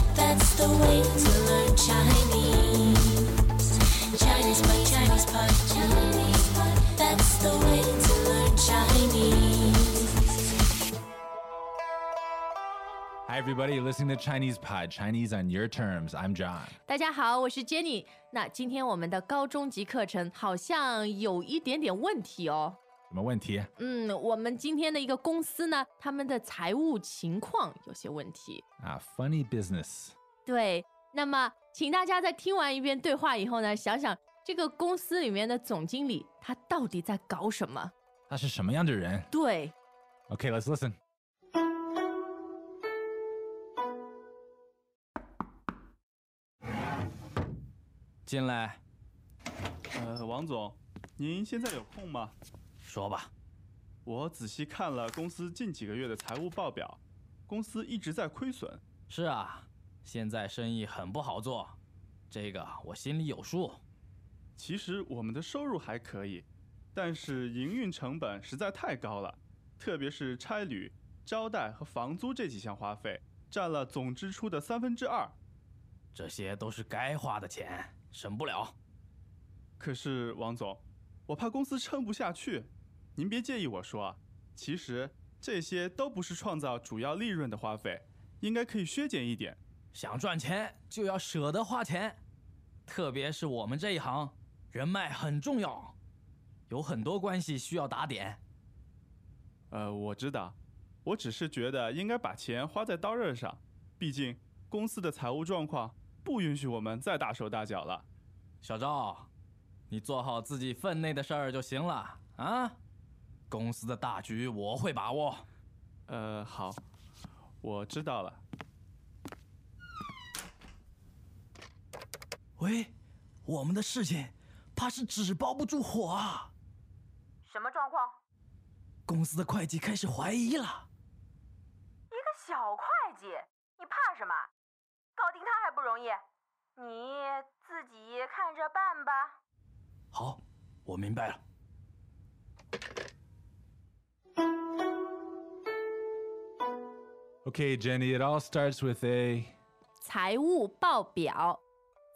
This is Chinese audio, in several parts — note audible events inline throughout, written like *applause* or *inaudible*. a way to learn Chinese. Chinese pot, Chinese pot, Chinese pot. That's the way to learn Chinese. Hi, everybody. You're listening to Chinese Pod, Chinese on your terms. I'm John. 大家好，我是 Jenny。那今天我们的高中级课程好像有一点点问题哦。什么问题？嗯，我们今天的一个公司呢，他们的财务情况有些问题。啊，funny business。对，那么请大家在听完一遍对话以后呢，想想这个公司里面的总经理他到底在搞什么？他是什么样的人对， ？Okay, let's listen. Jinlai, 呃，王总，您现在有空吗？说吧，我仔细看了公司近几个月的财务报表，公司一直在亏损。是啊，现在生意很不好做，这个我心里有数。其实我们的收入还可以，但是营运成本实在太高了，特别是差旅、招待和房租这几项花费，占了总支出的三分之二。这些都是该花的钱，省不了。可是王总，我怕公司撑不下去，您别介意我说啊，其实这些都不是创造主要利润的花费，应该可以削减一点。想赚钱就要舍得花钱，特别是我们这一行，人脉很重要，有很多关系需要打点。呃，我知道，我只是觉得应该把钱花在刀刃上，毕竟公司的财务状况不允许我们再大手大脚了。小赵，你做好自己分内的事儿就行了啊！公司的大局我会把握。呃，好，我知道了。喂，我们的事情怕是纸包不住火啊！什么状况？公司的会计开始怀疑了。一个小会计，你怕什么？搞定他还不容易？你自己看着办吧。好，我明白了。 Okay, Jenny, it all starts with a. 财务报表，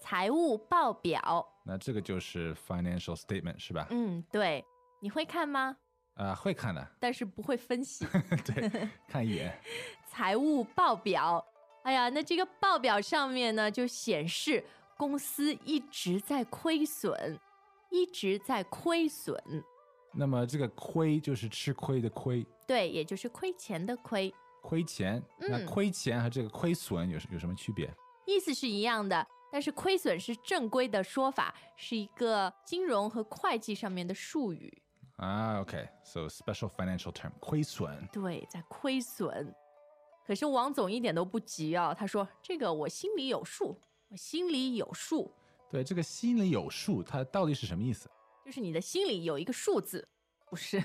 财务报表。那这个就是 financial statement 是吧？嗯，对，你会看吗？啊，会看的， *laughs* 但是不会分析。对，看一眼。财务报表。哎呀，那这个报表上面呢，就显示公司一直在亏损，一直在亏损。那么这个亏就是吃亏的亏，对，也就是亏钱的亏，亏钱。那嗯亏钱和这个亏损有有什么区别？意思是一样的。但是亏损是正规的说法，是一个金融和会计上面的术语。啊，OK，so special financial term，亏损。对，在亏损。可是王总一点都不急啊，他说：“这个我心里有数，我心里有数，对，这个心里有数，它到底是什么意思？就是你的心里有一个数字，不是，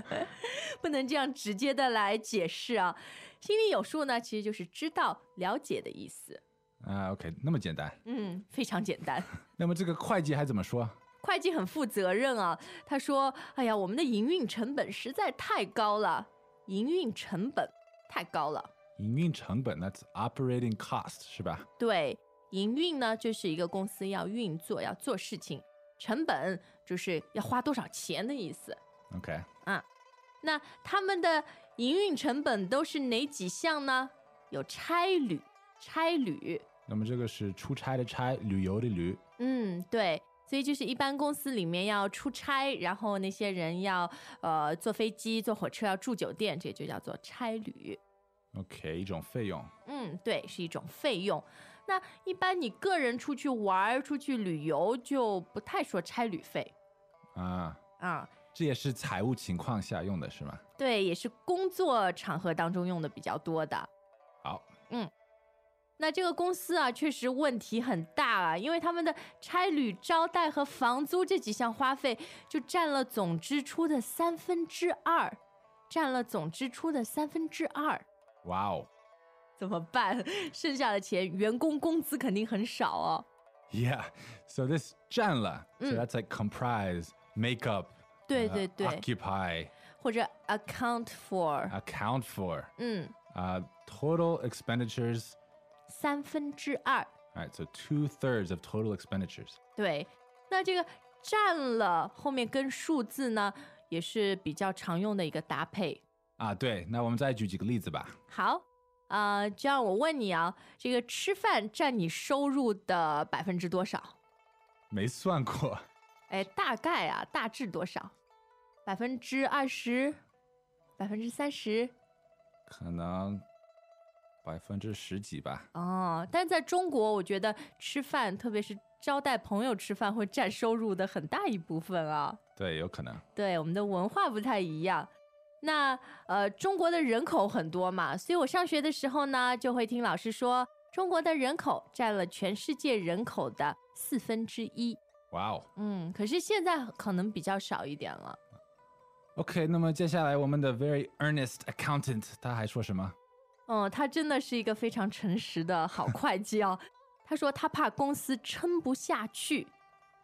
*laughs* 不能这样直接的来解释啊。心里有数呢，其实就是知道、了解的意思。啊，OK，那么简单。嗯，非常简单。那么这个会计还怎么说？会计很负责任啊，他说：“哎呀，我们的营运成本实在太高了，营运成本太高了。营运成本，that's operating cost，是吧？对，营运呢就是一个公司要运作、要做事情，成本就是要花多少钱的意思。 OK，啊那他们的营运成本都是哪几项呢？有差旅，差旅，那么这个是出差的差，旅游的旅。嗯，对，所以就是一般公司里面要出差，然后那些人要呃坐飞机、坐火车，要住酒店，这就叫做差旅。 OK，一种费用。嗯，对，是一种费用。那一般你个人出去玩儿、出去旅游就不太说差旅费啊，啊、这也是财务情况下用的是吗？对，也是工作场合当中用的比较多的。好，那这个公司啊，确实问题很大啊，因为他们的差旅、招待和房租这几项花费就占了总支出的三分之二，占了总支出的三分之二，哇哦怎么办？ *laughs* 剩下的钱，员工工资肯定很少哦。 ，Yeah，so this 占了、s 嗯 o that's like comprise, make up，对呃对对，occupy, 或者啊 account for， account for，嗯，啊、t o t a l expenditures 三分之二。 All right, so two thirds of total expenditures. 对，那这个占了后面跟数字呢，也是比较常用的一个搭配。啊，对，那我们再举几个例子吧。好，呃，这样我问你啊，这个吃饭占你收入的百分之多少？没算过，哎，大概啊，大致多少？百分之二十，百分之三十？可能百分之十几吧。哦，但在中国，我觉得吃饭，特别是招待朋友吃饭，会占收入的很大一部分啊。对，有可能。对，我们的文化不太一样。那呃，中国的人口很多嘛，所以我上学的时候呢，就会听老师说，中国的人口占了全世界人口的四分之一。哇哦。嗯，可是现在可能比较少一点了。 OK，那么接下来我们的 very earnest accountant 他还说什么？嗯，他真的是一个非常诚实的好会计哦。他说他怕公司撑不下去，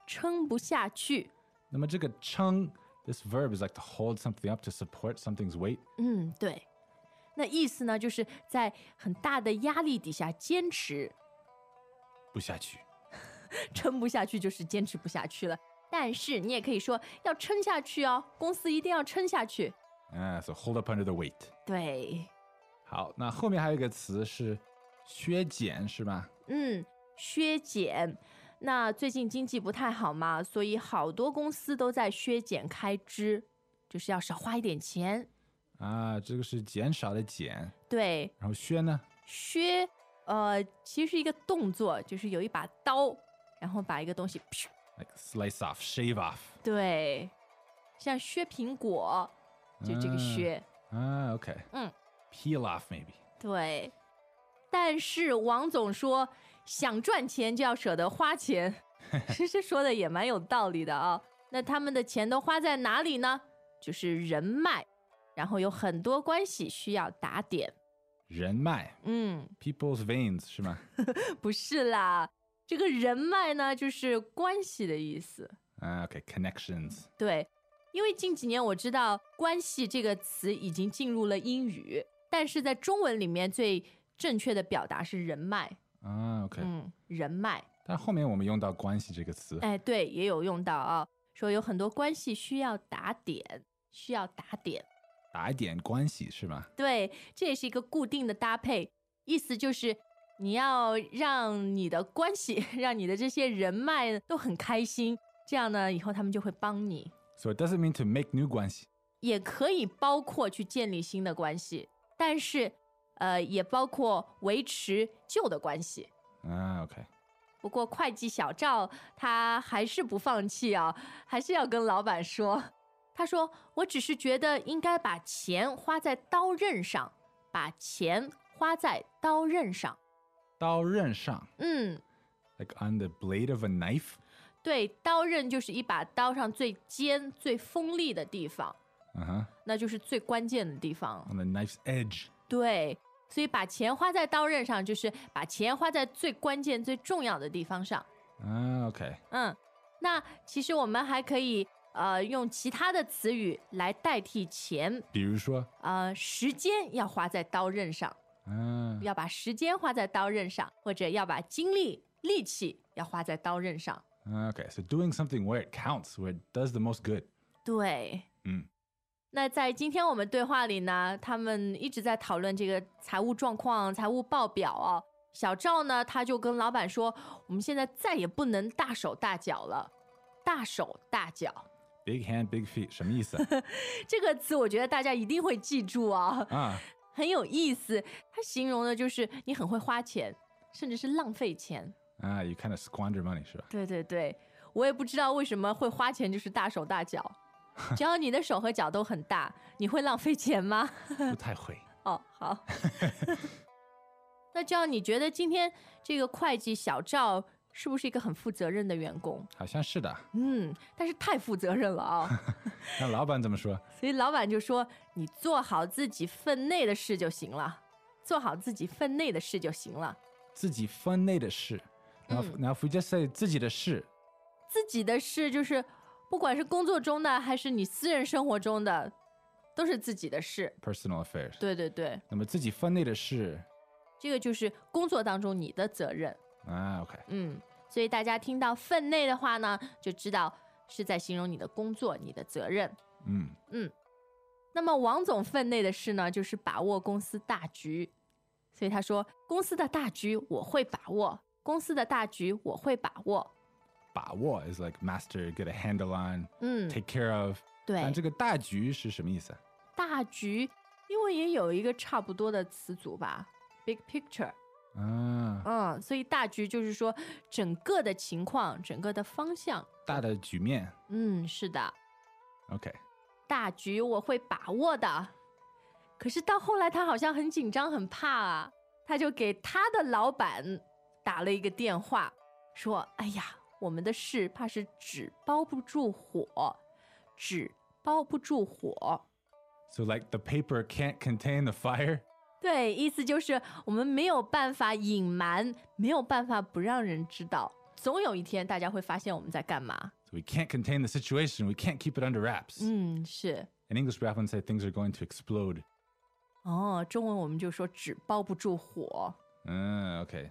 撑不下去。那么这个撑，this verb is like to hold something up to support something's weight。嗯，对。那意思呢，就是在很大的压力底下坚持，不下去。撑不下去就是坚持不下去了。但是你也可以说要撑下去哦，公司一定要撑下去。啊，so hold up under the weight。对，好，那后面还有一个词是削减，是吧？嗯，削减。那最近经济不太好嘛，所以好多公司都在削减开支，就是要少花一点钱。啊，这个是减少的减，对，然后削呢？削，呃，其实是一个动作，就是有一把刀，然后把一个东西， *laughs* 噗 like slice off, shave off. 对，像削苹果，就这个嗯削。 Ah, okay. Mm. Peel off, maybe. 对，但是王总说，想赚钱就要舍得花钱， *laughs* 其实说的也蛮有道理的啊。那他们的钱都花在哪里呢？就是人脉，然后有很多关系需要打点。人脉嗯， ，people's veins 是吗？不是啦，这个人脉呢，就是关系的意思。 Ah, okay, connections. 对，因为近几年我知道“关系”这个词已经进入了英语，但是在中文里面最正确的表达是人脉。 Ah, okay. 嗯，人脉。但后面我们用到关系这个词。哎，对，也有用到啊，说有很多关系需要打点，需要打点。打一点关系是吗？对，这也是一个固定的搭配，意思就是你要让你的关系， *laughs* 让你的这些人脉都很开心，这样呢，以后他们就会帮你。 So it doesn't mean to make new 关系。也可以包括去建立新的关系，但是，呃，也包括维持旧的关系。 Ah, okay. 不过会计小赵他还是不放弃啊，还是要跟老板说。他说：“我只是觉得应该把钱花在刀刃上，把钱花在刀刃上。刀刃上，”嗯， like on the blade of a knife. 对，刀刃就是一把刀上最尖、最锋利的地方， Uh huh. 那就是最关键的地方。 On the knife's edge. 对，所以把钱花在刀刃上，就是把钱花在最关键、最重要的地方上。 Ah, okay. 嗯，那其实我们还可以呃用其他的词语来代替钱，比如说，呃，时间要花在刀刃上， ah, 要把时间花在刀刃上，或者要把精力、力气要花在刀刃上。 okay. So doing something where it counts, where it does the most good. 对，嗯。那在今天我们对话里呢，他们一直在讨论这个财务状况、财务报表啊。小赵呢，他就跟老板说，我们现在再也不能大手大脚了，大手大脚 Big hand, big feet. *laughs* 什么意思？这个词，我觉得大家一定会记住啊，啊，很有意思。它形容的就是你很会花钱，甚至是浪费钱。 Ah, you kind of squander money, sure. *laughs* 对对对，我也不知道为什么会花钱就是大手大脚，只要你的手和脚都很大，你会浪费钱吗？ *laughs* 不太会。哦，好。那这样你觉得今天这个会计小赵是不是一个很负责任的员工？嗯，但是太负责任了好啊、像是的。那老板怎么说？所以老板就说：“你做好自己分内的事就行了，做好自己分内的事就行了。自己分内的事。Now, if- 嗯。 now if we just say 自己的事，自己的事就是，不管是工作中的还是你私人生活中的，都是自己的事。 personal affairs，对对对，那么自己分内的事，这个就是工作当中你的责任。 Ah, okay. 嗯，所以大家听到分内的话呢，就知道是在形容你的工作、你的责任。 Mm. 那么王总分内的事呢，就是把握公司大局。所以他说：“公司的大局我会把握，公司的大局我会把握。把握 is like master, get a handle on, ”嗯， take care of. 对，但这个大局是什么意思啊？大局，因为也有一个差不多的词组吧，big picture。啊，嗯，所以大局就是说整个的情况，整个的方向。大的局面。嗯，是的， Okay. 大局我会把握的。可是到后来，他好像很紧张、很怕啊，他就给他的老板打了一个电话，说：“哎呀，我们的事怕是纸包不住火，纸包不住火。 So like the paper can't contain the fire. ”对，意思就是我们没有办法隐瞒，没有办法不让人知道，总有一天大家会发现我们在干嘛。 So we can't contain the situation. We can't keep it under wraps. 嗯，是。 In English, we often say things are going to explode. 哦，中文我们就说纸包不住火， Ah, okay.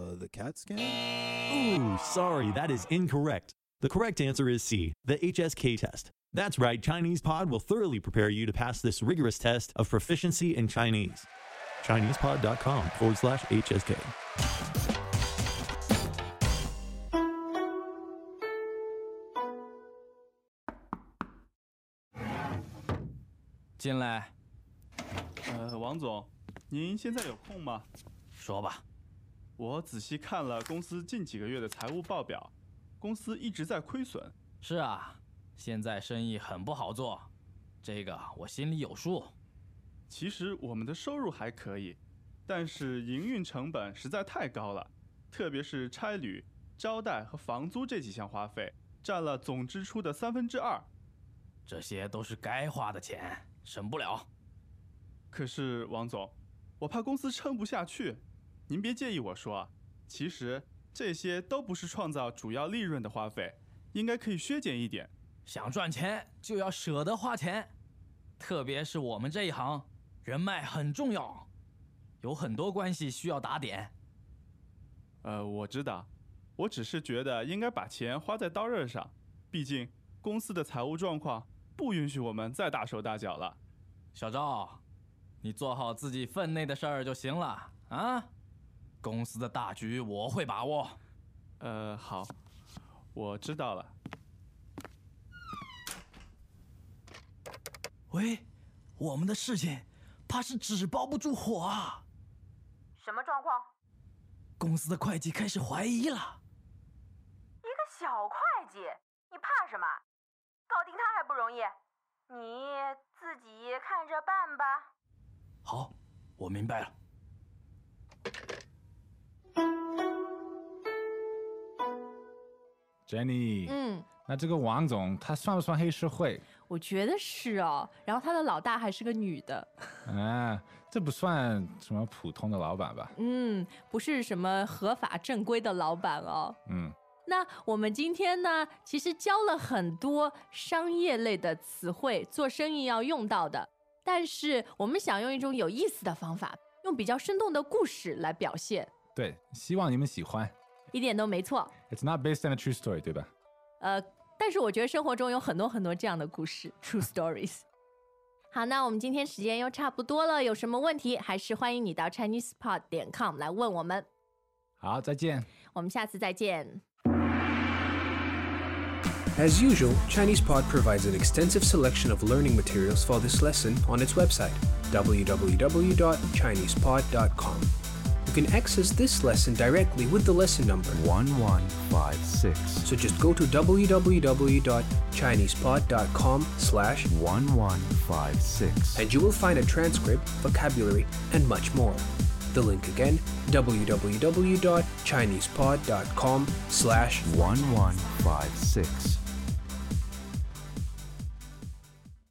the CAT scan? Ooh, sorry, that is incorrect. The correct answer is C, the HSK test. That's right, Chinese Pod will thoroughly prepare you to pass this rigorous test of proficiency in Chinese. ChinesePod.com forward slash HSK. 进来呃，王总，您现在有空吗？说吧。我仔细看了公司近几个月的财务报表，公司一直在亏损。是啊，现在生意很不好做，这个我心里有数。其实我们的收入还可以，但是营运成本实在太高了，特别是差旅、招待和房租这几项花费，占了总支出的三分之二。这些都是该花的钱，省不了。可是王总，我怕公司撑不下去，您别介意我说啊，其实这些都不是创造主要利润的花费，应该可以削减一点。想赚钱就要舍得花钱，特别是我们这一行，人脉很重要，有很多关系需要打点。呃，我知道，我只是觉得应该把钱花在刀刃上，毕竟公司的财务状况不允许我们再大手大脚了。小赵，你做好自己分内的事儿就行了啊！公司的大局我会把握。呃，好，我知道了。喂，我们的事情怕是纸包不住火啊！什么状况？公司的会计开始怀疑了。一个小会计，你怕什么？搞定他还不容易？你自己看着办吧。好，我明白了。 Jenny，、嗯，那这个王总他算不算黑社会？我觉得是哦。然后他的老大还是个女的，啊，这不算什么普通的老板吧？嗯，不是什么合法正规的老板哦。嗯，那我们今天呢，其实教了很多商业类的词汇，做生意要用到的。但是我们想用一种有意思的方法，用比较生动的故事来表现，对，希望你们喜欢。一点都没错。 It's not based on a true story，对吧？呃，但是我觉得生活中有很多很多这样的故事，true stories。好，那我们今天时间又差不多了，有什么问题还是欢迎你到 ChinesePod 点 com 来问我们。好，再见。我们下次再见。 As usual, ChinesePod provides an extensive selection of learning materials for this lesson on its website, www.chinesepod.com. You can access this lesson directly with the lesson number, 1156. so just go to www.chinesepod.com slash 1156. and you will find a transcript, vocabulary, and much more. The link again, www.chinesepod.com slash 1156.